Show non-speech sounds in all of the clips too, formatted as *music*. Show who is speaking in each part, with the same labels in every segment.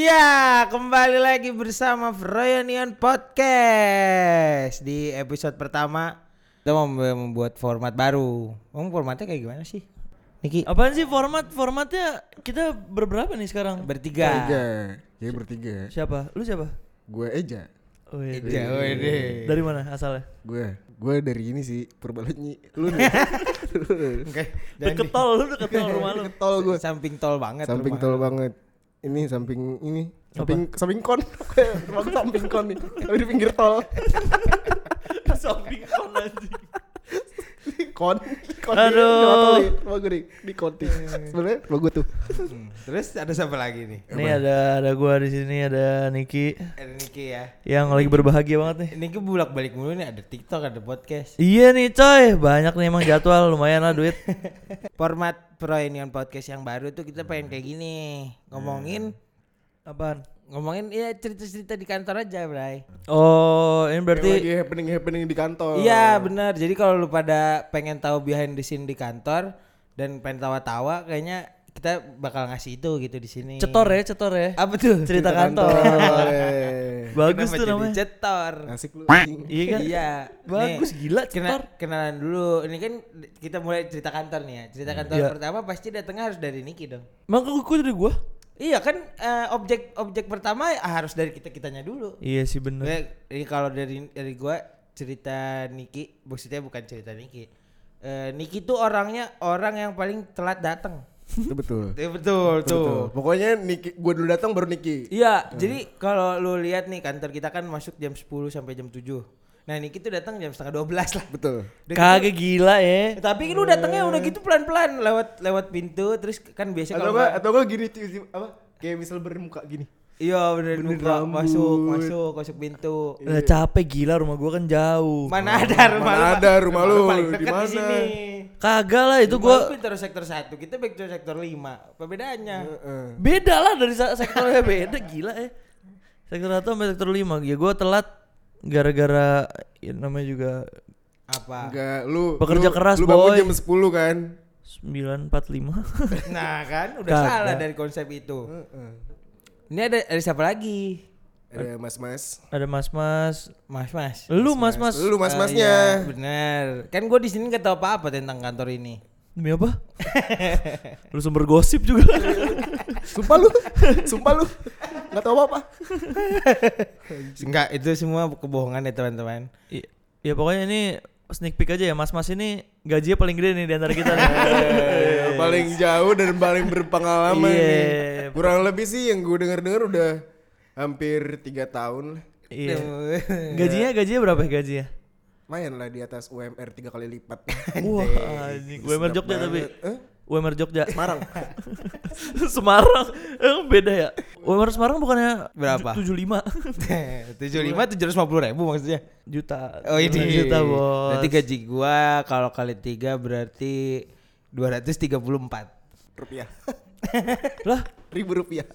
Speaker 1: Iya, kembali lagi bersama Froyonion Podcast di episode pertama kita mau mem- membuat format baru. Emang formatnya kayak gimana sih, Niki?
Speaker 2: Apaan sih format? Formatnya kita berberapa nih sekarang?
Speaker 1: Bertiga.
Speaker 3: Tiga. Jadi bertiga.
Speaker 2: siapa? Lu siapa?
Speaker 3: Gue Eja.
Speaker 2: Wih,
Speaker 3: Iya.
Speaker 1: Jauh deh.
Speaker 2: Dari mana asalnya?
Speaker 3: Gue. Gue dari ini sih Perbalanyi. Lu nih. *laughs*
Speaker 1: Oke.
Speaker 2: Deket tol, lu deket tol
Speaker 1: *laughs*
Speaker 2: rumah lu.
Speaker 3: tol gue.
Speaker 1: Samping tol banget.
Speaker 3: Samping
Speaker 1: rumah.
Speaker 3: tol banget. Ini samping ini. Samping samping kon. *laughs* Bang samping kon nih. Tapi di pinggir tol. *laughs*
Speaker 2: Samping kon anjing.
Speaker 3: Kon. Kon.
Speaker 2: Aduh.
Speaker 3: Mau gue di di konti. Sebenarnya mau gue tuh.
Speaker 1: Terus ada siapa lagi nih?
Speaker 2: Nih ada ada gua di sini, ada Niki
Speaker 1: Ada Niki ya.
Speaker 2: yang lagi berbahagia banget nih.
Speaker 1: Niki bulak balik mulu nih. Ada TikTok, ada podcast.
Speaker 2: Iya nih coy, banyak nih emang jadwal lumayan lah duit.
Speaker 1: Format Froyonion Podcast yang baru tuh kita pengen kayak gini ngomongin
Speaker 3: Iya.
Speaker 2: Apaan?
Speaker 1: ngomongin ya cerita-cerita di kantor aja, Bray.
Speaker 2: Oh, ini berarti
Speaker 3: Berarti lagi happening happening di kantor.
Speaker 1: Iya benar. Jadi kalau lu pada pengen tahu behind the scene di kantor dan pengen tawa-tawa, kayaknya kita bakal ngasih itu gitu di sini.
Speaker 2: cetor ya, cetor ya.
Speaker 1: Apa tuh?
Speaker 2: Cerita kantor. *laughs*
Speaker 3: *laughs* Boleh.
Speaker 2: Bagus
Speaker 1: Kenapa
Speaker 2: tuh
Speaker 1: jadi
Speaker 2: namanya.
Speaker 1: Cetor.
Speaker 3: Iya. Asik lu.
Speaker 2: Iya kan?
Speaker 1: Iya.
Speaker 2: Bagus
Speaker 1: Nih,
Speaker 2: gila cetor.
Speaker 1: kena- kenalan dulu. Ini kan kita mulai cerita kantor nih ya. Cerita kantor
Speaker 2: Iya.
Speaker 1: pertama pasti datangnya harus dari Niki dong.
Speaker 2: Emang kok kok dari gua?
Speaker 1: Iya kan eh, objek objek pertama harus dari kita kitanya dulu.
Speaker 2: Iya sih bener.
Speaker 1: Gue- Jadi kalau dari dari gua cerita Niki, maksudnya bukan cerita Niki. Eh Niki tuh orangnya orang yang paling telat datang.
Speaker 3: Itu betul.
Speaker 1: Ya betul,
Speaker 3: Itu Iya, betul. Pokoknya Niki, gue dulu datang baru Niki.
Speaker 1: Iya, jadi kalau lu lihat nih kantor kita kan masuk jam 10 sampai jam 7. Nah, Niki tuh datang jam setengah 12 lah. *laughs*
Speaker 3: Betul.
Speaker 1: Udah
Speaker 2: Kagak gila ya.
Speaker 1: gitu- Tapi lu datangnya udah gitu pelan-pelan lewat lewat pintu terus kan biasa kalau
Speaker 3: atau gua
Speaker 1: nggak-
Speaker 3: atau gua gini tiba-tiba apa kayak misal bermuka gini
Speaker 1: Iya, bener,
Speaker 3: Benerin
Speaker 1: buka,
Speaker 3: rambut.
Speaker 1: masuk, masuk, masuk pintu.
Speaker 2: Udah capek gila rumah gua kan jauh.
Speaker 1: Mana ada rumah
Speaker 3: Iya. mana
Speaker 1: lu, Pak?
Speaker 3: ada rumah lu,
Speaker 1: paling
Speaker 3: di
Speaker 1: dekat
Speaker 3: mana?
Speaker 1: sini.
Speaker 2: Kagak lah itu
Speaker 1: Gua
Speaker 2: gua
Speaker 1: pintu sektor 1, kita back to sektor 5. Apa bedanya?
Speaker 3: Heeh.
Speaker 2: beda lah dari sa- sektornya *laughs* beda gila ya. Sektor 1 sampai sektor 5. Ya gua telat gara-gara ya namanya juga
Speaker 1: Apa?
Speaker 3: enggak lu
Speaker 2: Pekerja
Speaker 3: lu-
Speaker 2: keras,
Speaker 3: lu bangun
Speaker 2: boy.
Speaker 3: jam 10 kan
Speaker 2: 945.
Speaker 1: Nah, kan udah
Speaker 2: Kagak.
Speaker 1: salah dari konsep itu.
Speaker 3: Heeh.
Speaker 1: Ini ada ada siapa lagi?
Speaker 3: ada mas-mas
Speaker 2: *laughs* Ada mas-mas.
Speaker 1: Mas, Mas.
Speaker 2: Lu mas-mas.
Speaker 3: lu
Speaker 1: Ah, iya,
Speaker 3: mas-masnya
Speaker 1: bener. Kan gue di sini nggak tahu apa-apa tentang kantor ini.
Speaker 2: Demi apa? lu sumber gosip juga. iya.
Speaker 3: sumpah lu *laughs* sumpah lu nggak tahu apa
Speaker 1: Enggak, itu semua kebohongan ya teman-teman.
Speaker 2: I- ya pokoknya ini sneak peek aja ya mas-mas ini gajinya paling gede nih di antara kita nih.
Speaker 3: paling jauh dan paling
Speaker 2: Eh,
Speaker 3: berpengalaman
Speaker 2: Iya.
Speaker 3: nih. kurang lebih sih yang gue denger-denger udah hampir tiga tahun lah
Speaker 2: Iya. Gajinya gajinya berapa ya gajinya?
Speaker 3: main lah di atas UMR tiga kali lipat *laughs*
Speaker 2: Wah, anjing. UMR Jogja tapi.
Speaker 3: Eh?
Speaker 2: UMR Jogja.
Speaker 3: Semarang
Speaker 2: *laughs* Semarang. Emang beda ya? UMR Semarang bukannya
Speaker 1: Berapa?
Speaker 2: 75
Speaker 1: *laughs* Tujuh lima tujuh ratus lima puluh ribu maksudnya.
Speaker 2: *laughs* juta.
Speaker 1: Oh ini.
Speaker 2: juta, Bos.
Speaker 1: Berarti gaji gua kalau kali tiga berarti dua ratus tiga puluh empat.
Speaker 3: rupiah *laughs*
Speaker 2: Lah,
Speaker 3: ribu rupiah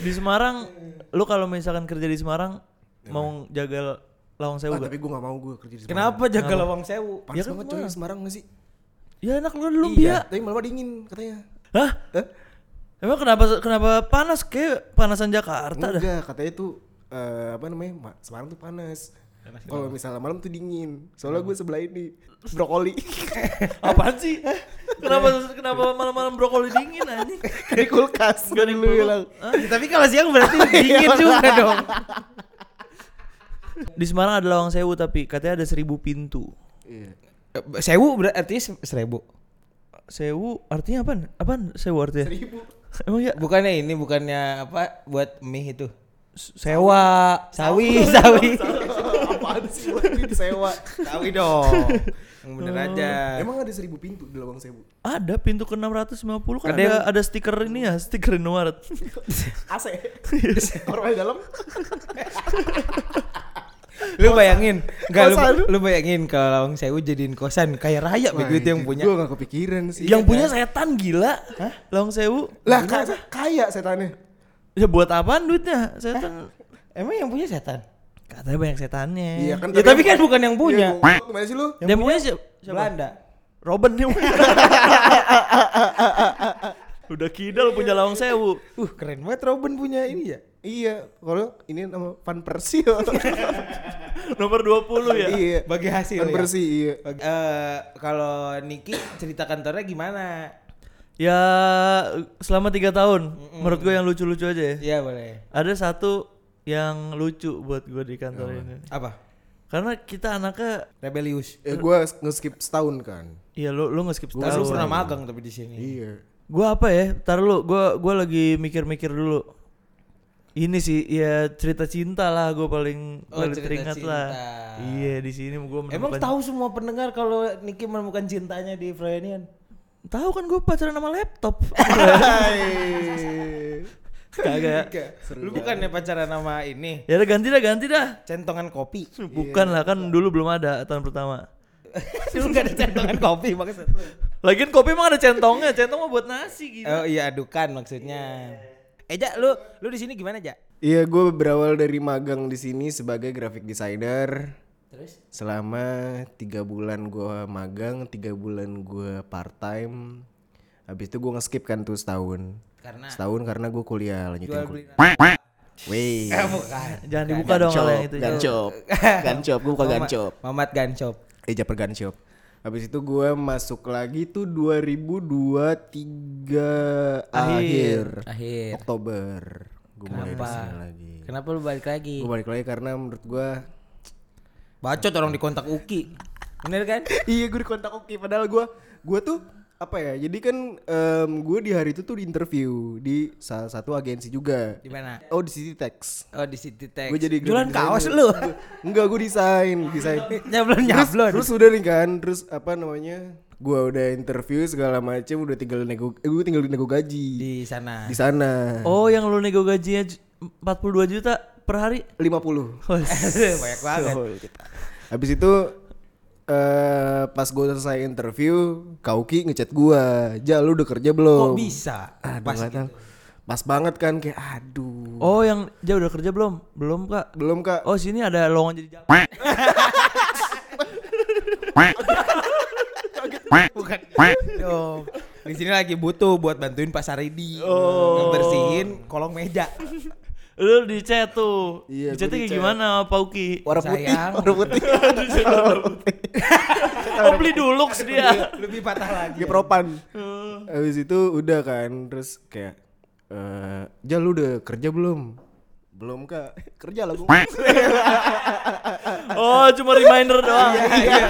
Speaker 2: di Semarang lu kalau misalkan kerja di Semarang mau jaga lawang sewu
Speaker 3: Ah,
Speaker 2: gak?
Speaker 3: tapi gue gak mau gue kerja di Semarang
Speaker 1: Kenapa jaga lawang sewu?
Speaker 3: panas banget coy Semarang gak sih
Speaker 2: Ya
Speaker 3: Iya,
Speaker 2: enak lu lu
Speaker 1: Iya.
Speaker 2: biar.
Speaker 3: tapi malah dingin katanya
Speaker 2: Hah? Emang kenapa kenapa panas kayak panasan Jakarta dah.
Speaker 3: Enggak, katanya tuh eh, apa namanya? Ma- Semarang tuh panas. Kalau misalnya malam tuh dingin. Soalnya gue sebelah ini brokoli. *laughs*
Speaker 2: Apaan sih?
Speaker 1: Eh.
Speaker 2: kenapa kenapa malam-malam brokoli dingin anjing?
Speaker 3: di kulkas. Gak lu bilang.
Speaker 1: Ya, tapi kalau siang berarti dingin
Speaker 2: *laughs*
Speaker 1: juga dong.
Speaker 2: Di Semarang ada lawang sewu tapi katanya ada seribu pintu.
Speaker 3: Iya.
Speaker 1: Eh, Sewu berarti se- seribu.
Speaker 2: Sewu artinya apaan? Apaan sewu artinya?
Speaker 3: Seribu. *laughs*
Speaker 2: Emang ya
Speaker 1: Bukannya ini, bukannya apa buat mie itu?
Speaker 2: S- sewa.
Speaker 1: Sawi, sawi.
Speaker 3: Apaan sih gue ini sewa?
Speaker 1: *laughs* Sawi dong. Yang bener aja.
Speaker 3: Emang ada seribu pintu di Lawang Sewu.
Speaker 2: Ada pintu ke 650 kan
Speaker 1: Ada
Speaker 2: ada
Speaker 1: yang-
Speaker 2: ada, stiker ini ya, stiker
Speaker 1: *laughs*
Speaker 2: Indomaret.
Speaker 3: AC. *laughs* Orang di dalam.
Speaker 1: Lu bayangin, enggak lu,
Speaker 3: Kosan lu.
Speaker 1: lu bayangin kalau Lawang Sewu jadiin kosan kayak raya begitu itu yang punya.
Speaker 3: Gue gak kepikiran
Speaker 1: Iya,
Speaker 3: sih.
Speaker 2: *laughs* Yang punya setan gila. Hah? Lawang sewu.
Speaker 3: lah kaya, kaya setannya.
Speaker 2: Ya buat apaan duitnya? Setan.
Speaker 1: Emang yang punya setan?
Speaker 2: Katanya banyak setannya.
Speaker 1: Ya tapi kan bukan yang punya.
Speaker 3: Iya, gua- Gimana sih lu?
Speaker 2: Yang, punya, siapa?
Speaker 1: Belanda.
Speaker 2: Robin yang punya. *laughs* Udah kidal punya lawang sewu.
Speaker 1: Uh, keren banget Robin punya ini ya.
Speaker 3: Iya, kalau ini nama Van Persie. *laughs*
Speaker 2: *laughs* Nomor 20 ya.
Speaker 3: iya.
Speaker 1: Bagi hasil
Speaker 3: Van
Speaker 1: ya.
Speaker 3: Persie iya.
Speaker 1: Bagi- Eh, kalau Niki cerita kantornya gimana?
Speaker 2: Ya selama tiga tahun menurut gue yang lucu-lucu aja ya.
Speaker 1: Iya boleh.
Speaker 2: Ada satu yang lucu buat gue di kantor ini.
Speaker 1: Apa?
Speaker 2: Karena kita anaknya
Speaker 1: Rebellious.
Speaker 3: Ya gua nge-skip setahun kan.
Speaker 2: ya lu lu nge-skip
Speaker 1: Mas lu
Speaker 2: setahun.
Speaker 1: pernah magang tapi di sini.
Speaker 3: Iya.
Speaker 2: Gua apa ya? Tar lu, gua gua lagi mikir-mikir dulu. Ini sih ya cerita cinta lah gue paling
Speaker 1: Oh,
Speaker 2: paling
Speaker 1: cerita
Speaker 2: teringat
Speaker 1: cinta.
Speaker 2: lah. Iya, di sini gua
Speaker 1: Emang
Speaker 2: menemukan-
Speaker 1: tahu semua pendengar kalau Niki menemukan cintanya di Froyanian?
Speaker 2: Tahu kan gue pacaran sama laptop. *laughs*
Speaker 3: Iya.
Speaker 1: *laughs*
Speaker 2: Kagak.
Speaker 1: Lu bukannya pacaran sama ini?
Speaker 2: Ya udah ganti dah, ganti dah.
Speaker 1: Centongan kopi.
Speaker 3: *laughs*
Speaker 2: Bukan lah kan
Speaker 1: iya.
Speaker 2: dulu belum ada tahun pertama.
Speaker 1: *laughs* lu gak ada centongan kopi maksud lu.
Speaker 2: Lagian kopi emang ada centongnya, centong mah buat nasi gitu.
Speaker 1: Oh iya adukan maksudnya. Eja lu lu di sini gimana, Ja?
Speaker 3: Iya, gue berawal dari magang di sini sebagai graphic designer. Terus? Selama tiga bulan gua magang, tiga bulan gua part time. Habis itu gue nge-skip kan tuh setahun.
Speaker 1: Karena
Speaker 3: Setahun karena gue kuliah lanjutin
Speaker 1: Nah. jual
Speaker 3: kuliah.
Speaker 1: beli *laughs*
Speaker 3: Weh,
Speaker 1: bukan.
Speaker 2: Jangan dibuka dong
Speaker 1: gitu,
Speaker 2: kalau yang itu.
Speaker 1: *laughs*
Speaker 3: gancop, gancop, gue buka gancop.
Speaker 1: Mamat Gancop.
Speaker 3: Eh, Japer gancop. Habis itu gua masuk lagi tuh 2023 akhir,
Speaker 1: Akhir.
Speaker 3: Oktober. Gue mulai Oh, iya, di sini lagi.
Speaker 1: Kenapa lu balik lagi?
Speaker 3: Gue balik lagi karena menurut gua
Speaker 1: Bacot orang di kontak Uki. Bener kan?
Speaker 3: *laughs* iya gue dikontak Oki padahal gue gue tuh apa ya jadi kan gue di hari itu tuh di interview di salah satu agensi juga
Speaker 1: Di mana?
Speaker 3: oh di City Tax
Speaker 1: Oh di City Tech.
Speaker 3: gue jadi
Speaker 1: jualan
Speaker 3: graphic
Speaker 1: kaos
Speaker 3: designer.
Speaker 1: lu.
Speaker 3: Gua- enggak gue desain
Speaker 1: *laughs*
Speaker 3: desain
Speaker 1: nyablon
Speaker 3: terus,
Speaker 1: nyablon.
Speaker 3: terus udah nih kan terus apa namanya gue udah interview segala macem udah tinggal nego eh, gue tinggal nego gaji di,
Speaker 1: di sana.
Speaker 3: sana
Speaker 2: Oh, yang lu nego gajinya ju- 42 juta per hari. Oh,
Speaker 3: 50
Speaker 1: *laughs* Banyak banget.
Speaker 3: Habis itu eh pas gue selesai interview, Kauki ngechat gua, "Ja, lu udah kerja belum?"
Speaker 1: Kok bisa? gitu?
Speaker 3: Aduh,
Speaker 1: Pas
Speaker 3: nggak tahu. Pas banget kan kayak aduh.
Speaker 2: Oh, yang dia udah kerja belum? Belum, Kak.
Speaker 3: Belum Kak.
Speaker 2: Oh, sini ada lowongan jadi jago.
Speaker 1: Bukan. Dong. Di sini lagi butuh buat bantuin Pak Saridi Oh. ngebersihin kolong meja.
Speaker 2: Lu di chat tuh. Di
Speaker 3: Iya, gua
Speaker 2: chatnya
Speaker 3: di
Speaker 2: kayak
Speaker 3: chat.
Speaker 2: gimana, Pauki?
Speaker 3: Warna putih,
Speaker 1: *laughs* sayang.
Speaker 3: warna putih.
Speaker 2: Oh, beli dulux
Speaker 1: Ya.
Speaker 2: dia.
Speaker 1: Lebih patah lagi.
Speaker 3: Dia propan.
Speaker 1: Oh.
Speaker 3: Habis itu udah kan, terus kayak eh "Ja, lu udah kerja belum?" Belum Kak. *laughs* Kerja lah
Speaker 1: *laughs*
Speaker 3: gua.
Speaker 2: Oh, cuma reminder doang.
Speaker 1: Iya.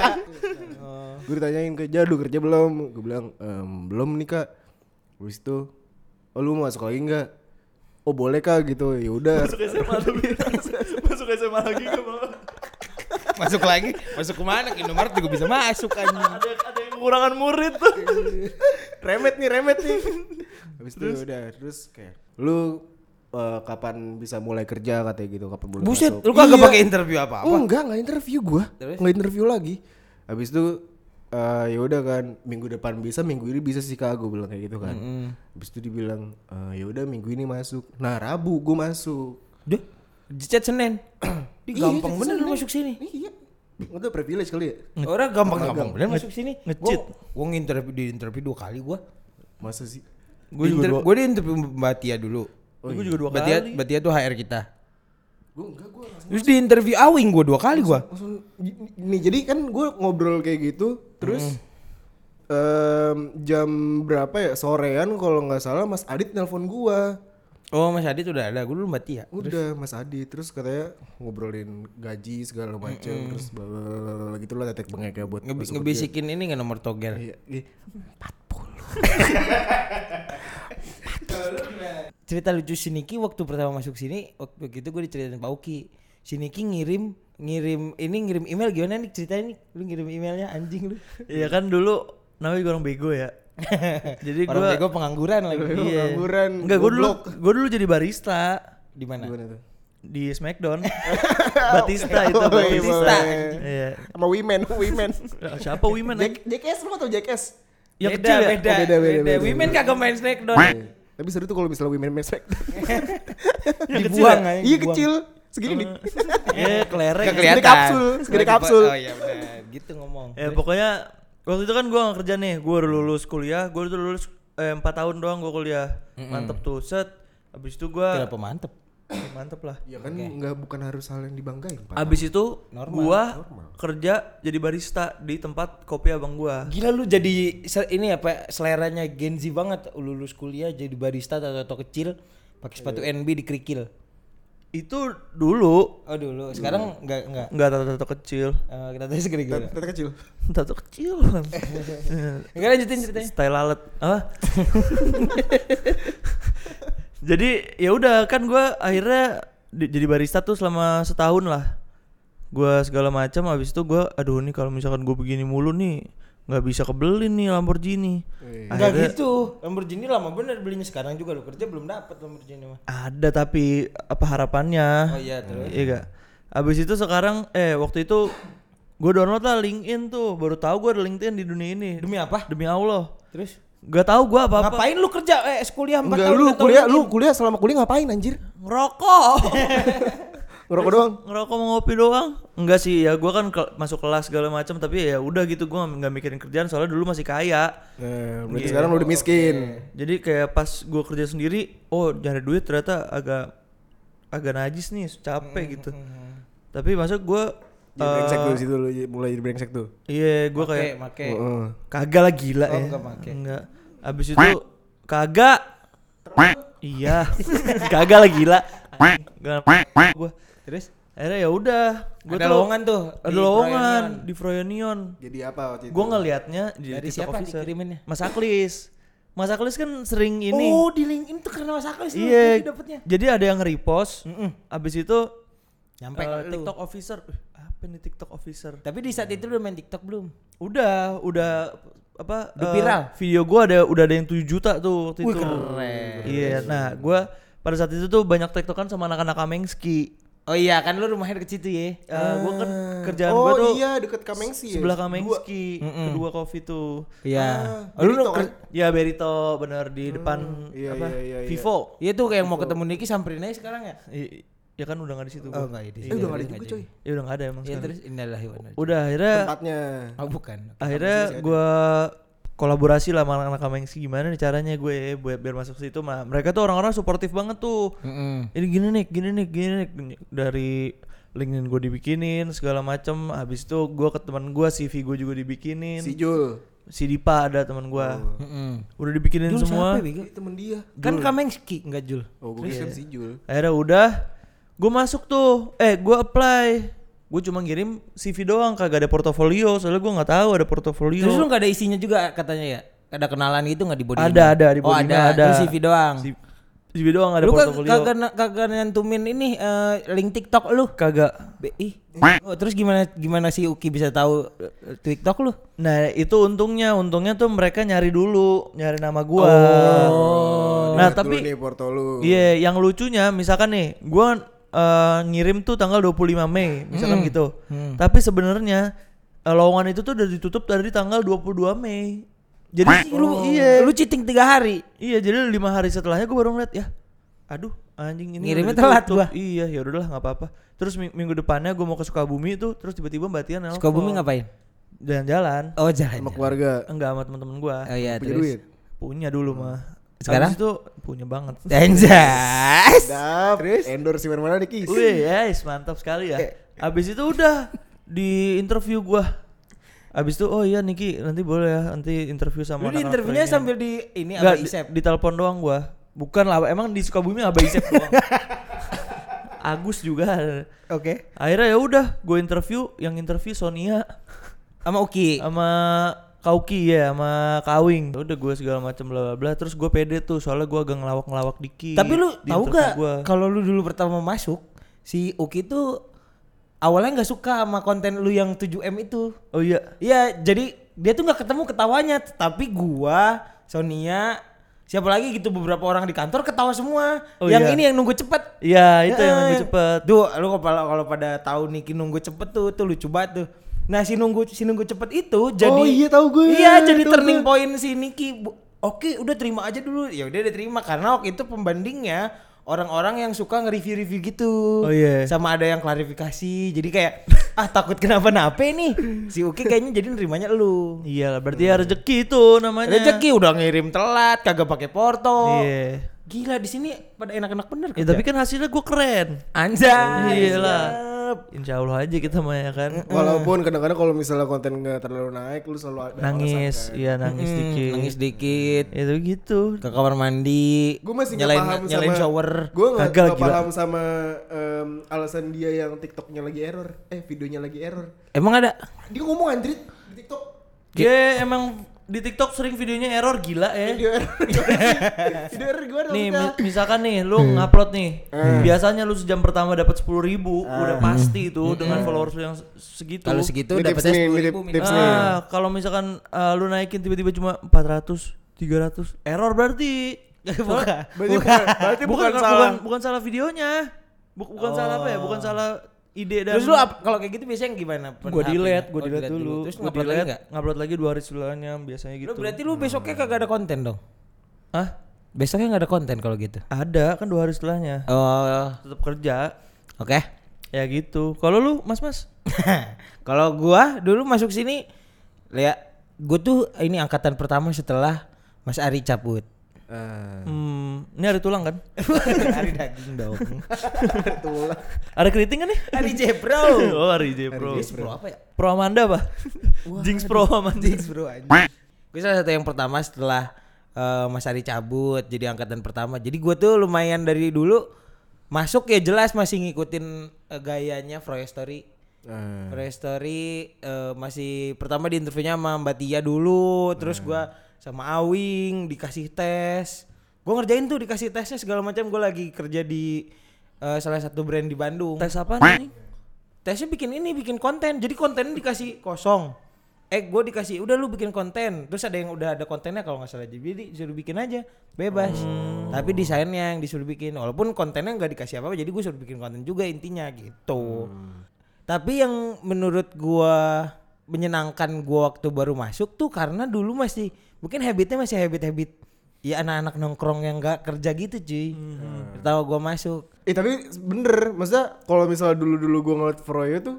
Speaker 3: gue ditanyain ke "Ja, lu kerja belum gue bilang "Em, belum nih kak terus itu oh lu mau masuk lagi nggak oh boleh kak gitu ya udah
Speaker 2: Masuk SMA lagi.
Speaker 1: Iya.
Speaker 2: Masuk SMA lagi gak Bang?
Speaker 1: Masuk lagi. Masuk kemana? Ke Indomaret juga bisa masuk kan.
Speaker 2: Ada ada yang kekurangan murid tuh.
Speaker 3: remet nih remet nih habis itu ya udah terus kayak lu eh, kapan bisa mulai kerja katanya gitu kapan boleh
Speaker 1: Buset,
Speaker 3: masuk
Speaker 1: lu kagak
Speaker 3: Iya.
Speaker 1: pakai interview
Speaker 3: oh
Speaker 1: apa-apa.
Speaker 3: enggak enggak interview gua enggak interview lagi habis itu eh ya udah kan minggu depan bisa minggu ini bisa sih kak gue bilang kayak gitu kan habis itu dibilang "Eh, ya udah minggu ini masuk nah rabu gue masuk
Speaker 1: Duh, Chat Senin. Di
Speaker 3: Iya,
Speaker 1: gampang
Speaker 3: chat
Speaker 1: bener lu
Speaker 3: Senin.
Speaker 1: masuk sini.
Speaker 3: Iya. Itu privilege kali ya?
Speaker 1: Orang gampang-gampang bener masuk sini.
Speaker 2: Nge-cheat.
Speaker 1: Gua, gua nginterview di interview dua kali gua.
Speaker 3: Masa sih?
Speaker 1: Gue di inter- gua Oh, di interview Mbak Tia dulu.
Speaker 2: Gue juga dua
Speaker 1: Mbak
Speaker 2: kali.
Speaker 1: Tia, Mbak Tia ya tuh HR kita.
Speaker 3: Gue enggak, gue langsung,
Speaker 1: Terus di interview Awing gua dua kali gua.
Speaker 3: langsung nih jadi kan gue ngobrol kayak gitu terus em, jam berapa ya sorean kalau nggak salah Mas Adit nelpon gua
Speaker 1: Oh Mas Adit udah ada, gue dulu Mbak Tia.
Speaker 3: udah Mas Adit terus katanya ngobrolin gaji segala macam terus bla bla bla bla bla gitu lah tetek bengeknya buat
Speaker 1: Nge-
Speaker 3: masuk kerja.
Speaker 1: ngebisikin ini nggak nomor toger?
Speaker 3: Iya, iya.
Speaker 1: Cerita lucu Siniki waktu pertama masuk sini, waktu itu gue diceritain Pak Uki. Siniki ngirim ngirim ini ngirim email gimana nih ceritanya nih? Lu ngirim emailnya *laughs* anjing lu.
Speaker 2: Iya kan dulu namanya gue orang bego ya. Jadi
Speaker 1: Orang
Speaker 2: gue
Speaker 1: bego pengangguran lagi.
Speaker 2: Iya.
Speaker 3: Pengangguran,
Speaker 2: Enggak, gue dulu
Speaker 3: goblok.
Speaker 2: gue dulu jadi barista
Speaker 1: Di mana?
Speaker 3: Gimana tuh?
Speaker 2: di
Speaker 3: *laughs*
Speaker 2: SmackDown. Batista itu,
Speaker 3: Oh, iya,
Speaker 2: Batista.
Speaker 3: boleh.
Speaker 2: Iya.
Speaker 3: Sama Women, *laughs* Women.
Speaker 2: Ah, Siapa women anjing?
Speaker 3: Jack- Jackass lu atau Jackass?
Speaker 2: Yang
Speaker 1: beda,
Speaker 2: kecil
Speaker 1: beda,
Speaker 2: ya?
Speaker 3: Oh,
Speaker 1: beda,
Speaker 3: beda, beda, beda.
Speaker 1: Women kagak main snack down.
Speaker 3: Iya. Tapi seru tuh kalau misalnya women men smack.
Speaker 2: Yang kecil
Speaker 1: dibuang
Speaker 2: ya?
Speaker 1: aja.
Speaker 3: Iya kecil, segini.
Speaker 2: *laughs* Iya, kelereng.
Speaker 1: Gak
Speaker 3: kelihatan.
Speaker 1: kelihatan.
Speaker 3: kapsul, segede kapsul.
Speaker 1: Oh iya benar, gitu ngomong.
Speaker 2: Eh, Ya pokoknya waktu itu kan gue gak kerja nih, gue udah lulus kuliah, gue udah lulus eh, empat tahun doang gue kuliah mantep tuh set abis itu gue
Speaker 1: Kenapa mantep?
Speaker 2: mantep lah
Speaker 3: Ya kan nggak bukan harus hal yang dibanggain, Pak.
Speaker 2: abis itu gua kerja jadi barista di tempat kopi abang gua
Speaker 1: Gila lu jadi se- ini apa seleranya Gen Z banget Lu lulus kuliah jadi barista atau atau kecil pakai sepatu NB dikerikil.
Speaker 2: itu dulu
Speaker 1: Oh dulu, sekarang enggak enggak.
Speaker 2: nggak tato-tato kecil
Speaker 1: Eh, kita tanya segede gila.
Speaker 3: Tete kecil.
Speaker 2: *laughs* tato kecil kan
Speaker 1: Eh.
Speaker 2: *laughs*
Speaker 1: Enggak lanjutin ceritanya.
Speaker 2: style lalat ah *laughs* jadi ya udah kan gua akhirnya di- jadi barista tuh selama setahun lah gua segala macam habis itu gua aduh nih kalau misalkan gua begini mulu nih nggak bisa kebeli nih Lamborghini
Speaker 1: Enggak gitu. Lamborghini lama bener belinya sekarang juga lu kerja belum dapat Lamborghini mah.
Speaker 2: ada tapi apa harapannya
Speaker 1: Oh iya terus.
Speaker 2: Iya gak? Abis itu sekarang eh waktu itu gue download lah LinkedIn tuh baru tahu gue ada LinkedIn di dunia ini
Speaker 1: Demi apa?
Speaker 2: demi Allah
Speaker 1: Terus
Speaker 2: gak tahu gue apa apa
Speaker 1: ngapain lu kerja eh kuliah 4
Speaker 3: Enggak
Speaker 1: tahun
Speaker 3: lu
Speaker 1: nggak tahu
Speaker 3: kuliah lu kuliah selama kuliah ngapain anjir?
Speaker 2: ngerokok
Speaker 3: Ngerokok doang.
Speaker 2: ngerokok mau ngopi doang enggak sih ya gue kan ke- masuk kelas segala macam tapi ya udah gitu gue nggak mikirin kerjaan soalnya dulu masih kaya
Speaker 3: Nah, berarti sekarang lu udah miskin.
Speaker 2: jadi kayak pas gue kerja sendiri oh nyari duit ternyata agak agak najis nih capek gitu tapi masuk gue
Speaker 3: Jadi brengsek tuh situ lu jadi- mulai jadi brengsek tuh.
Speaker 2: iya gue kayak
Speaker 1: Make, make.
Speaker 3: Heeh.
Speaker 2: Kagak lah gila
Speaker 1: Oh,
Speaker 2: ya.
Speaker 1: enggak pakai.
Speaker 2: Enggak. Abis itu kagak. iya. *laughs* kagak lah gila. Enggak gua.
Speaker 1: Terus
Speaker 2: Akhirnya ya udah, gua
Speaker 1: ada
Speaker 2: tuh-
Speaker 1: lowongan tuh.
Speaker 2: Ada
Speaker 1: di
Speaker 2: lowongan
Speaker 1: Proyonion.
Speaker 2: di Froyonion.
Speaker 3: Jadi apa waktu itu?
Speaker 2: Gua ngelihatnya di
Speaker 1: Dari
Speaker 2: TikTok
Speaker 1: siapa
Speaker 2: officer.
Speaker 1: dikiriminnya?
Speaker 2: Mas Aklis. Mas Aklis kan sering ini.
Speaker 1: Oh, di link itu karena Mas Aklis lu
Speaker 2: iya.
Speaker 1: jadi dapetnya.
Speaker 2: Jadi ada yang repost. Abis itu
Speaker 1: Nyampe
Speaker 2: eh,
Speaker 1: ke lu.
Speaker 2: TikTok officer. Eh, Apa nih TikTok officer?
Speaker 1: Tapi di saat itu lu main TikTok belum?
Speaker 2: Udah, udah apa?
Speaker 1: Udah
Speaker 2: eh,
Speaker 1: viral?
Speaker 2: video gua ada udah ada yang 7 juta tuh waktu
Speaker 1: Wih,
Speaker 2: itu.
Speaker 1: keren.
Speaker 2: Iya, nah gua pada saat itu tuh banyak tektokan sama anak-anak Kamengski.
Speaker 1: Oh iya, kan lu rumahnya deket situ ya.
Speaker 2: Eh, gua kan kerjaan
Speaker 3: oh
Speaker 2: gua tuh
Speaker 3: iya deket Kamengsi ya.
Speaker 2: sebelah Kamengski, kedua kopi tuh.
Speaker 1: Iya.
Speaker 3: Ah,
Speaker 1: Oh, lu
Speaker 3: jadi
Speaker 1: lu
Speaker 3: tau
Speaker 1: ker-
Speaker 2: Ya Berito bener di depan
Speaker 3: iya,
Speaker 2: apa?
Speaker 3: iya, iya, iya.
Speaker 2: Vivo.
Speaker 1: Iya tuh kayak mau ketemu Niki samperin aja sekarang ya.
Speaker 2: I- ya kan udah gak di
Speaker 1: Oh,
Speaker 2: situ. gua.
Speaker 1: enggak ini.
Speaker 3: Eh, udah nggak ada juga coy.
Speaker 2: Ya udah gak ada emang.
Speaker 1: Ya
Speaker 2: sekarang.
Speaker 1: terus innalillahi wa inna ilaihi
Speaker 2: Udah akhirnya
Speaker 3: Tempatnya.
Speaker 1: Oh bukan.
Speaker 2: akhirnya gua kolaborasi lah sama anak-anak Kamengski gimana nih caranya gue buat biar masuk situ mah mereka tuh orang-orang suportif banget tuh ini gini nih gini nih gini nih gini- dari LinkedIn gue dibikinin segala macem habis itu gue ke teman gue CV gue juga dibikinin
Speaker 3: Si Oh.
Speaker 2: si,
Speaker 3: Jul.
Speaker 2: Dipa ada teman gue udah dibikinin
Speaker 1: Jul
Speaker 2: semua
Speaker 1: siapa, Bego?
Speaker 3: Ini temen dia.
Speaker 1: Kan Kamengski enggak Jul.
Speaker 3: Oh, gue kira si Jul.
Speaker 2: akhirnya udah gue masuk tuh eh gue apply gue cuma ngirim CV doang kagak ada portofolio soalnya gue nggak tahu ada portofolio
Speaker 1: Terus lu enggak ada isinya juga katanya ya? Ada kenalan gitu enggak di body
Speaker 2: ada ada di
Speaker 1: Oh
Speaker 2: bodinya
Speaker 1: ada, ada. CV doang.
Speaker 2: CV, doang ada
Speaker 1: Lu kag-
Speaker 2: portofolio
Speaker 1: kagak na- kagak nyantumin ini eh, link TikTok lu.
Speaker 2: kagak
Speaker 1: BI. Oh, terus gimana gimana si Uki bisa tahu eh, TikTok lu?
Speaker 2: nah itu untungnya untungnya tuh mereka nyari dulu nyari nama gua
Speaker 1: Oh.
Speaker 2: nah
Speaker 3: Lihat dulu
Speaker 2: tapi
Speaker 3: nih porto lu.
Speaker 2: iya yang lucunya misalkan nih gua eh, ngirim tuh tanggal 25 Mei misalkan
Speaker 1: Hmm.
Speaker 2: gitu tapi sebenarnya eh, lowongan itu tuh udah ditutup dari tanggal 22 Mei jadi lu iya
Speaker 1: Lu cheating tiga hari.
Speaker 2: Iya, jadi lima hari setelahnya gue baru ngeliat ya. Aduh, anjing ini
Speaker 1: Ngirimnya
Speaker 2: udah
Speaker 1: telat
Speaker 2: ditutup.
Speaker 1: gua.
Speaker 2: Iya, ya udahlah nggak apa-apa. Terus mi- minggu depannya gue mau ke Sukabumi itu, terus tiba-tiba Mbak Tian nelfon.
Speaker 1: Sukabumi ngapain?
Speaker 2: Jalan-jalan.
Speaker 1: Oh jalan.
Speaker 3: Sama keluarga.
Speaker 2: Enggak sama temen-temen gue.
Speaker 1: Oh iya
Speaker 3: Punya
Speaker 1: terus.
Speaker 3: duit.
Speaker 2: Punya dulu mah.
Speaker 1: Sekarang? Eh,
Speaker 2: Habis itu punya banget.
Speaker 1: Anjas.
Speaker 3: Dap. Endorse di mana-mana dikis.
Speaker 2: Wih, yes, mantap
Speaker 1: Eh.
Speaker 2: sekali ya. Abis itu udah di interview gue. Abis itu oh iya Niki nanti boleh ya nanti interview sama
Speaker 1: Lu di
Speaker 2: anak-anak
Speaker 1: interviewnya
Speaker 2: lainnya.
Speaker 1: sambil di ini
Speaker 2: Enggak,
Speaker 1: apa isep.
Speaker 2: di, telepon doang gua. Bukan lah, emang di Sukabumi Abah Isep
Speaker 1: *laughs*
Speaker 2: doang. Agus juga.
Speaker 1: Oke.
Speaker 2: Akhirnya ya udah, gue interview, yang interview Sonia
Speaker 1: Sama Uki.
Speaker 2: sama Kauki ya, sama Kawing. Ya Udah gue segala macam bla bla bla. Terus gue pede tuh, soalnya gue agak ngelawak-ngelawak dikit.
Speaker 1: Tapi lu
Speaker 2: di
Speaker 1: tahu
Speaker 2: interview
Speaker 1: gak
Speaker 2: gua.
Speaker 1: kalau lu dulu pertama masuk si Uki tuh awalnya nggak suka sama konten lu yang 7M itu.
Speaker 2: Oh iya.
Speaker 1: Iya, jadi dia tuh nggak ketemu ketawanya, tapi gua, Sonia, siapa lagi gitu beberapa orang di kantor ketawa semua.
Speaker 2: Oh
Speaker 1: yang
Speaker 2: iya.
Speaker 1: ini yang nunggu cepet.
Speaker 2: Iya, itu yang lebih
Speaker 1: Eh,
Speaker 2: cepet.
Speaker 1: Tuh, lu kalau kalau pada tahu Niki nunggu cepet tuh, tuh lucu banget tuh. Nah, si nunggu si nunggu cepet itu jadi
Speaker 2: Oh,
Speaker 3: iya, tahu gue.
Speaker 1: Iya, jadi
Speaker 3: Tahu
Speaker 1: turning
Speaker 3: gue.
Speaker 1: point si Niki. Bu- Oke, udah terima aja dulu. Ya udah dia terima karena waktu itu pembandingnya orang-orang yang suka nge-review-review gitu.
Speaker 2: Oh, iya.
Speaker 1: Sama ada yang klarifikasi. Jadi
Speaker 2: *laughs*
Speaker 1: kayak ah takut kenapa-napa nih. Si Uki kayaknya jadi nerimanya lu.
Speaker 2: Iya lah, berarti ya rezeki itu namanya.
Speaker 1: Rezeki udah ngirim telat, kagak pakai porto.
Speaker 2: Iya.
Speaker 1: Gila di sini pada enak-enak bener
Speaker 2: Ya, tapi kan hasilnya gue keren.
Speaker 1: anjay.
Speaker 2: Iya lah.
Speaker 1: siap.
Speaker 2: Insya Allah aja kita mah ya kan.
Speaker 3: Walaupun kadang-kadang kalau misalnya konten nggak terlalu naik, lu selalu ada kan?
Speaker 2: Nangis, iya nangis
Speaker 1: Hmm,
Speaker 2: dikit.
Speaker 1: Nangis dikit.
Speaker 2: Ya tapi gitu.
Speaker 1: Ke kamar mandi.
Speaker 3: Gue masih nggak
Speaker 1: nyalain
Speaker 3: paham
Speaker 1: nyalain
Speaker 3: sama
Speaker 1: shower.
Speaker 3: Gue nggak
Speaker 2: Kagak,
Speaker 3: nggak
Speaker 2: gila.
Speaker 3: paham sama em, alasan dia yang TikToknya lagi error, eh videonya lagi error.
Speaker 1: Emang ada?
Speaker 3: Dia ngomong Android di
Speaker 1: *laughs*
Speaker 3: TikTok
Speaker 2: Dia emang di TikTok sering videonya error gila ya.
Speaker 3: video error, gimana sih? video error gimana?
Speaker 2: Nih
Speaker 3: maksudnya?
Speaker 2: mi- misalkan nih lu ngupload nih, biasanya lu sejam pertama dapat sepuluh ribu, udah pasti itu dengan followers lu yang se- segitu.
Speaker 1: Kalau segitu
Speaker 3: Ini tips
Speaker 1: dapetnya
Speaker 3: nih,
Speaker 1: 10.000
Speaker 3: ini tips-
Speaker 1: minimal.
Speaker 3: tips nih.
Speaker 2: Ah, kalau misalkan eh, lu naikin tiba-tiba cuma 400, 300, error berarti. Soalnya-
Speaker 3: Berarti bukan, berarti
Speaker 2: bukan,
Speaker 3: bukan,
Speaker 2: bukan
Speaker 3: salah.
Speaker 2: bukan bukan salah videonya. Bu- bukan salah apa ya? Bukan salah ide dan
Speaker 1: Terus lu ap- kalau kayak gitu biasanya gimana?
Speaker 2: gua
Speaker 1: Pen-
Speaker 2: delete,
Speaker 1: HP-nya?
Speaker 2: gua
Speaker 1: Oh,
Speaker 2: delete dulu.
Speaker 1: Terus
Speaker 2: gua
Speaker 1: ngupload lagi
Speaker 2: delete,
Speaker 1: enggak?
Speaker 2: ngupload lagi dua hari setelahnya biasanya gitu.
Speaker 1: Lu berarti lu besoknya kagak ada konten dong.
Speaker 2: Hah?
Speaker 1: Besoknya nggak ada konten kalau gitu.
Speaker 2: Ada kan dua hari setelahnya.
Speaker 1: Oh,
Speaker 2: Tetap kerja.
Speaker 1: oke. *laughs*
Speaker 2: Ya gitu. Kalau lu Mas-mas
Speaker 1: kalau gua dulu masuk sini lihat gua tuh ini angkatan pertama setelah Mas Ari cabut.
Speaker 3: Ah,
Speaker 2: Hmm, ini ada tulang *laughs* kan?
Speaker 1: *laughs* Ari daging dong.
Speaker 3: betul.
Speaker 2: Ada keriting kan nih?
Speaker 1: Ari Jebro.
Speaker 2: *laughs* oh, hari J Pro.
Speaker 1: Jebro apa
Speaker 2: *laughs*
Speaker 1: ya?
Speaker 2: Pro Amanda apa? Jinx Pro Amanda.
Speaker 1: Jinx bro anjing. Gue salah satu yang pertama setelah eh, Mas Ari cabut jadi angkatan pertama. Jadi gue tuh lumayan dari dulu masuk ya jelas masih ngikutin eh, gayanya Froyo Story.
Speaker 3: Ah.
Speaker 2: Hmm.
Speaker 1: Froyo Story eh, masih pertama di interviewnya sama Mbak Tia dulu,
Speaker 2: Hmm.
Speaker 1: terus gua sama Awing dikasih tes. Gue ngerjain tuh dikasih tesnya segala macam. Gue lagi kerja di eh, salah satu brand di Bandung
Speaker 2: Tes apa nih?
Speaker 1: tesnya bikin ini bikin konten jadi kontennya dikasih kosong eh gue dikasih udah lu bikin konten terus ada yang udah ada kontennya kalau nggak salah jadi disuruh bikin aja bebas
Speaker 3: Hmm.
Speaker 1: tapi desainnya yang disuruh bikin walaupun kontennya nggak dikasih apa apa jadi gue suruh bikin konten juga intinya gitu
Speaker 3: Hmm.
Speaker 1: tapi yang menurut gua menyenangkan gua waktu baru masuk tuh karena dulu masih mungkin habitnya masih habit-habit ya anak-anak nongkrong yang nggak kerja gitu cuy
Speaker 3: Hmm.
Speaker 1: pertama gua masuk
Speaker 3: Eh tapi bener, maksudnya kalau misalnya dulu-dulu gue ngeliat Froyo tuh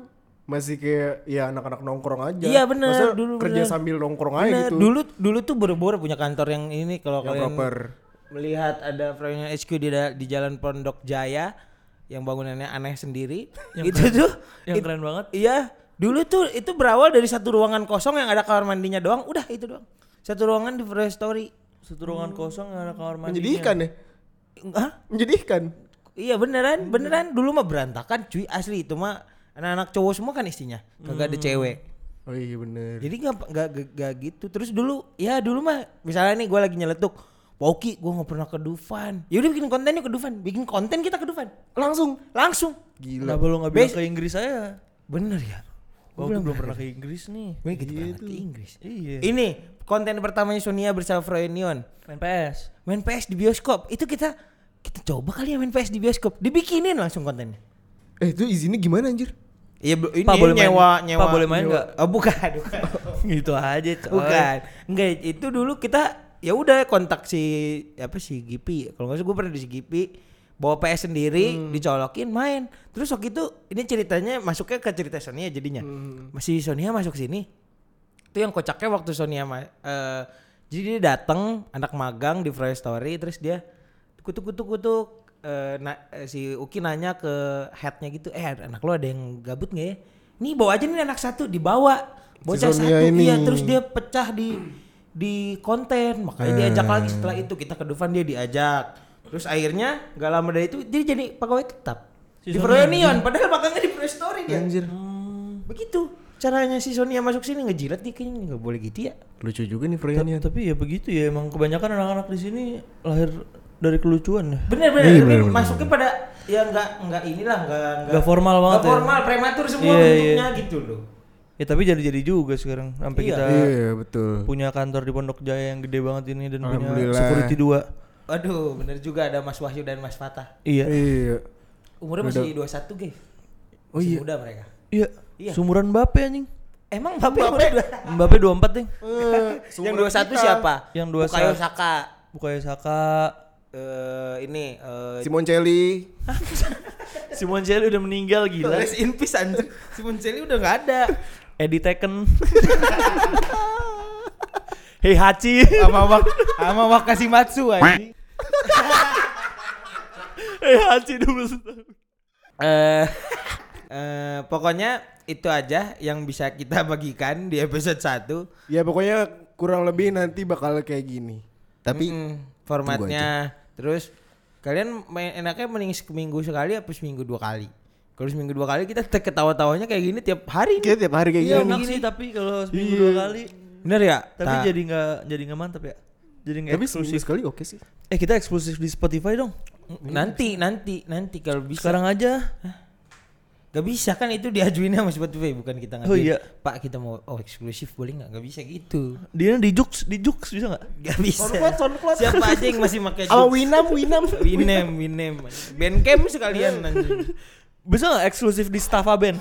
Speaker 3: masih kayak ya anak-anak nongkrong aja.
Speaker 1: Iya, bener,
Speaker 3: Maksudnya
Speaker 1: dulu
Speaker 3: kerja
Speaker 1: bener.
Speaker 3: sambil nongkrong aja
Speaker 1: Bener,
Speaker 3: gitu.
Speaker 1: dulu dulu tuh boro-boro punya kantor yang ini kalau kalian
Speaker 3: yang proper.
Speaker 1: melihat ada Frontline HQ di da- di Jalan Pondok Jaya yang bangunannya aneh sendiri. itu tuh
Speaker 2: Yang
Speaker 1: it-
Speaker 2: keren banget.
Speaker 1: iya, dulu tuh itu berawal dari satu ruangan kosong yang ada kamar mandinya doang, udah itu doang. Satu ruangan di Froyo Story.
Speaker 2: Satu ruangan kosong nggak ada kamar mandi.
Speaker 3: Menjadikan ya?
Speaker 1: Hah?
Speaker 3: Menjadikan.
Speaker 1: Iya
Speaker 2: Hmm.
Speaker 1: beneran, beneran dulu mah berantakan cuy asli itu mah anak-anak cowok semua kan isinya, kagak ada
Speaker 2: Hmm.
Speaker 1: cewek.
Speaker 3: Oh iya bener.
Speaker 1: Jadi nggak nggak nggak- nggak gitu. Terus dulu ya dulu mah misalnya nih gue lagi nyeletuk, Poki gue nggak pernah ke Dufan. Yaudah bikin konten yuk ke Dufan. Bikin konten kita ke Dufan.
Speaker 3: Langsung.
Speaker 1: Langsung.
Speaker 3: Gila.
Speaker 2: Kenapa lu nggak bilang ke Inggris saya?
Speaker 1: Bener ya.
Speaker 2: Gua belum, belum pernah ke Inggris nih.
Speaker 1: Gue gitu pernah ngerti Inggris.
Speaker 2: Iya.
Speaker 1: Ini konten pertamanya Sonia bersama Froyonion.
Speaker 2: Main PS.
Speaker 1: Main PS di bioskop. Itu kita kita coba kali ya main PS di bioskop. Dibikinin langsung kontennya.
Speaker 3: Eh itu izinnya gimana anjir?
Speaker 1: Iya bu- ini
Speaker 2: Pak, boleh main-
Speaker 1: nyewa
Speaker 2: Pak,
Speaker 1: nyewa.
Speaker 2: boleh main
Speaker 1: nyewa.
Speaker 2: nggak?
Speaker 1: Oh, bukan, *laughs* bukan.
Speaker 2: gitu aja, coy.
Speaker 1: Bukan. Enggak, itu dulu kita ya udah kontak si apa si Gipi. Kalau nggak salah gue pernah di si Gipi bawa PS sendiri, dicolokin main. Terus waktu itu ini ceritanya masuknya ke cerita Sonia jadinya. Masih Sonia masuk sini. Hmm. Itu yang kocaknya waktu Sonia ma- eh, jadi dia datang anak magang di Fry Story terus dia kutuk kutuk kutuk eh, na- eh, si Uki nanya ke headnya gitu, eh anak lo ada yang gabut nggak ya? Nih bawa aja nih anak satu dibawa bocah
Speaker 3: Sonia
Speaker 1: satu
Speaker 3: ini.
Speaker 1: iya terus dia pecah di di konten makanya diajak
Speaker 3: Eh.
Speaker 1: lagi setelah itu kita ke Dufan dia diajak terus akhirnya nggak lama dari itu dia jadi pegawai tetap
Speaker 2: Si
Speaker 1: di
Speaker 2: Sonia.
Speaker 1: Proyonion padahal makanya di Proy Story dia Hmm.
Speaker 3: Anjir.
Speaker 1: begitu caranya si Sonia masuk sini ngejilat dia kayaknya nggak boleh gitu ya
Speaker 3: Lucu juga nih
Speaker 2: Ta-
Speaker 3: Froyonian.
Speaker 2: Tapi ya begitu ya, emang kebanyakan anak-anak di sini lahir dari kelucuan ya.
Speaker 1: bener bener,
Speaker 3: Iya,
Speaker 1: tapi
Speaker 3: bener, bener.
Speaker 1: masuknya pada ya nggak nggak inilah nggak
Speaker 2: Nggak formal
Speaker 1: nggak
Speaker 2: banget ya.
Speaker 1: formal prematur semua
Speaker 2: Iya, iya.
Speaker 1: bentuknya gitu loh
Speaker 2: Ya tapi jadi-jadi juga sekarang sampai
Speaker 1: Iya.
Speaker 2: kita
Speaker 3: Iya betul.
Speaker 2: punya kantor di Pondok Jaya yang gede banget ini dan punya
Speaker 3: Alhamdulillah.
Speaker 2: security dua.
Speaker 1: aduh bener juga ada Mas Wahyu dan Mas Fatah
Speaker 2: Iya.
Speaker 3: Iya.
Speaker 1: umurnya masih 21 guys
Speaker 3: Oh
Speaker 1: masih
Speaker 3: iya.
Speaker 1: muda mereka
Speaker 2: Iya.
Speaker 1: Iya.
Speaker 2: Sumuran Mbappe anjing.
Speaker 1: emang Bapak umurnya dua-
Speaker 2: Mbappe 24 nih.
Speaker 3: Eh,
Speaker 1: yang
Speaker 3: sumuran
Speaker 1: 21
Speaker 3: kita.
Speaker 1: siapa?
Speaker 2: Yang
Speaker 1: Bukayo
Speaker 2: 21.
Speaker 1: Saka.
Speaker 2: Bukayo Saka,
Speaker 1: eh, ini eh,
Speaker 3: Simoncelli
Speaker 2: Simon Jelly udah meninggal gila.
Speaker 1: Rest in peace anjir. Simon Celi udah nggak ada.
Speaker 2: Eddie Tekken. *laughs* Hei Hachi.
Speaker 1: Sama Wak sama Wakasimatsu anjing.
Speaker 2: Hei Hachi 12 tahun.
Speaker 1: Eh eh, pokoknya itu aja yang bisa kita *laughs* bagikan di episode 1.
Speaker 3: Ya pokoknya kurang lebih nanti bakal kayak gini Tapi
Speaker 1: Mm, formatnya terus kalian main, enaknya mending seminggu sekali apa seminggu dua kali kalau seminggu dua kali kita te- ketawa-tawanya kayak gini tiap hari
Speaker 3: kayak tiap hari kayak
Speaker 2: Iya
Speaker 3: gini
Speaker 2: enak sih tapi kalau seminggu dua kali.
Speaker 1: bener ya
Speaker 2: Tapi
Speaker 1: Ta-
Speaker 2: jadi nggak jadi nggak mantap ya. Jadi nggak
Speaker 3: Tapi seminggu
Speaker 2: eksklusif.
Speaker 3: sekali oke sih
Speaker 2: Eh kita eksklusif di Spotify dong.
Speaker 1: nanti nanti nanti kalau bisa
Speaker 2: Sekarang aja.
Speaker 1: gak bisa kan itu diajuin sama Spotify bukan kita ngajuin
Speaker 2: Oh, iya.
Speaker 1: pak kita mau oh eksklusif boleh nggak gak bisa
Speaker 2: *laughs*
Speaker 1: gitu
Speaker 2: Dia di Jux, di Jux bisa nggak?
Speaker 1: gak bisa
Speaker 3: Soundcloud, Soundcloud.
Speaker 1: siapa aja yang masih pakai
Speaker 3: Sama
Speaker 1: Joox?
Speaker 3: Winam, Winam
Speaker 1: Winem Winem
Speaker 2: *laughs*
Speaker 1: Bandcamp sekalian anjing
Speaker 2: Bisa nggak eksklusif di Staffa Band?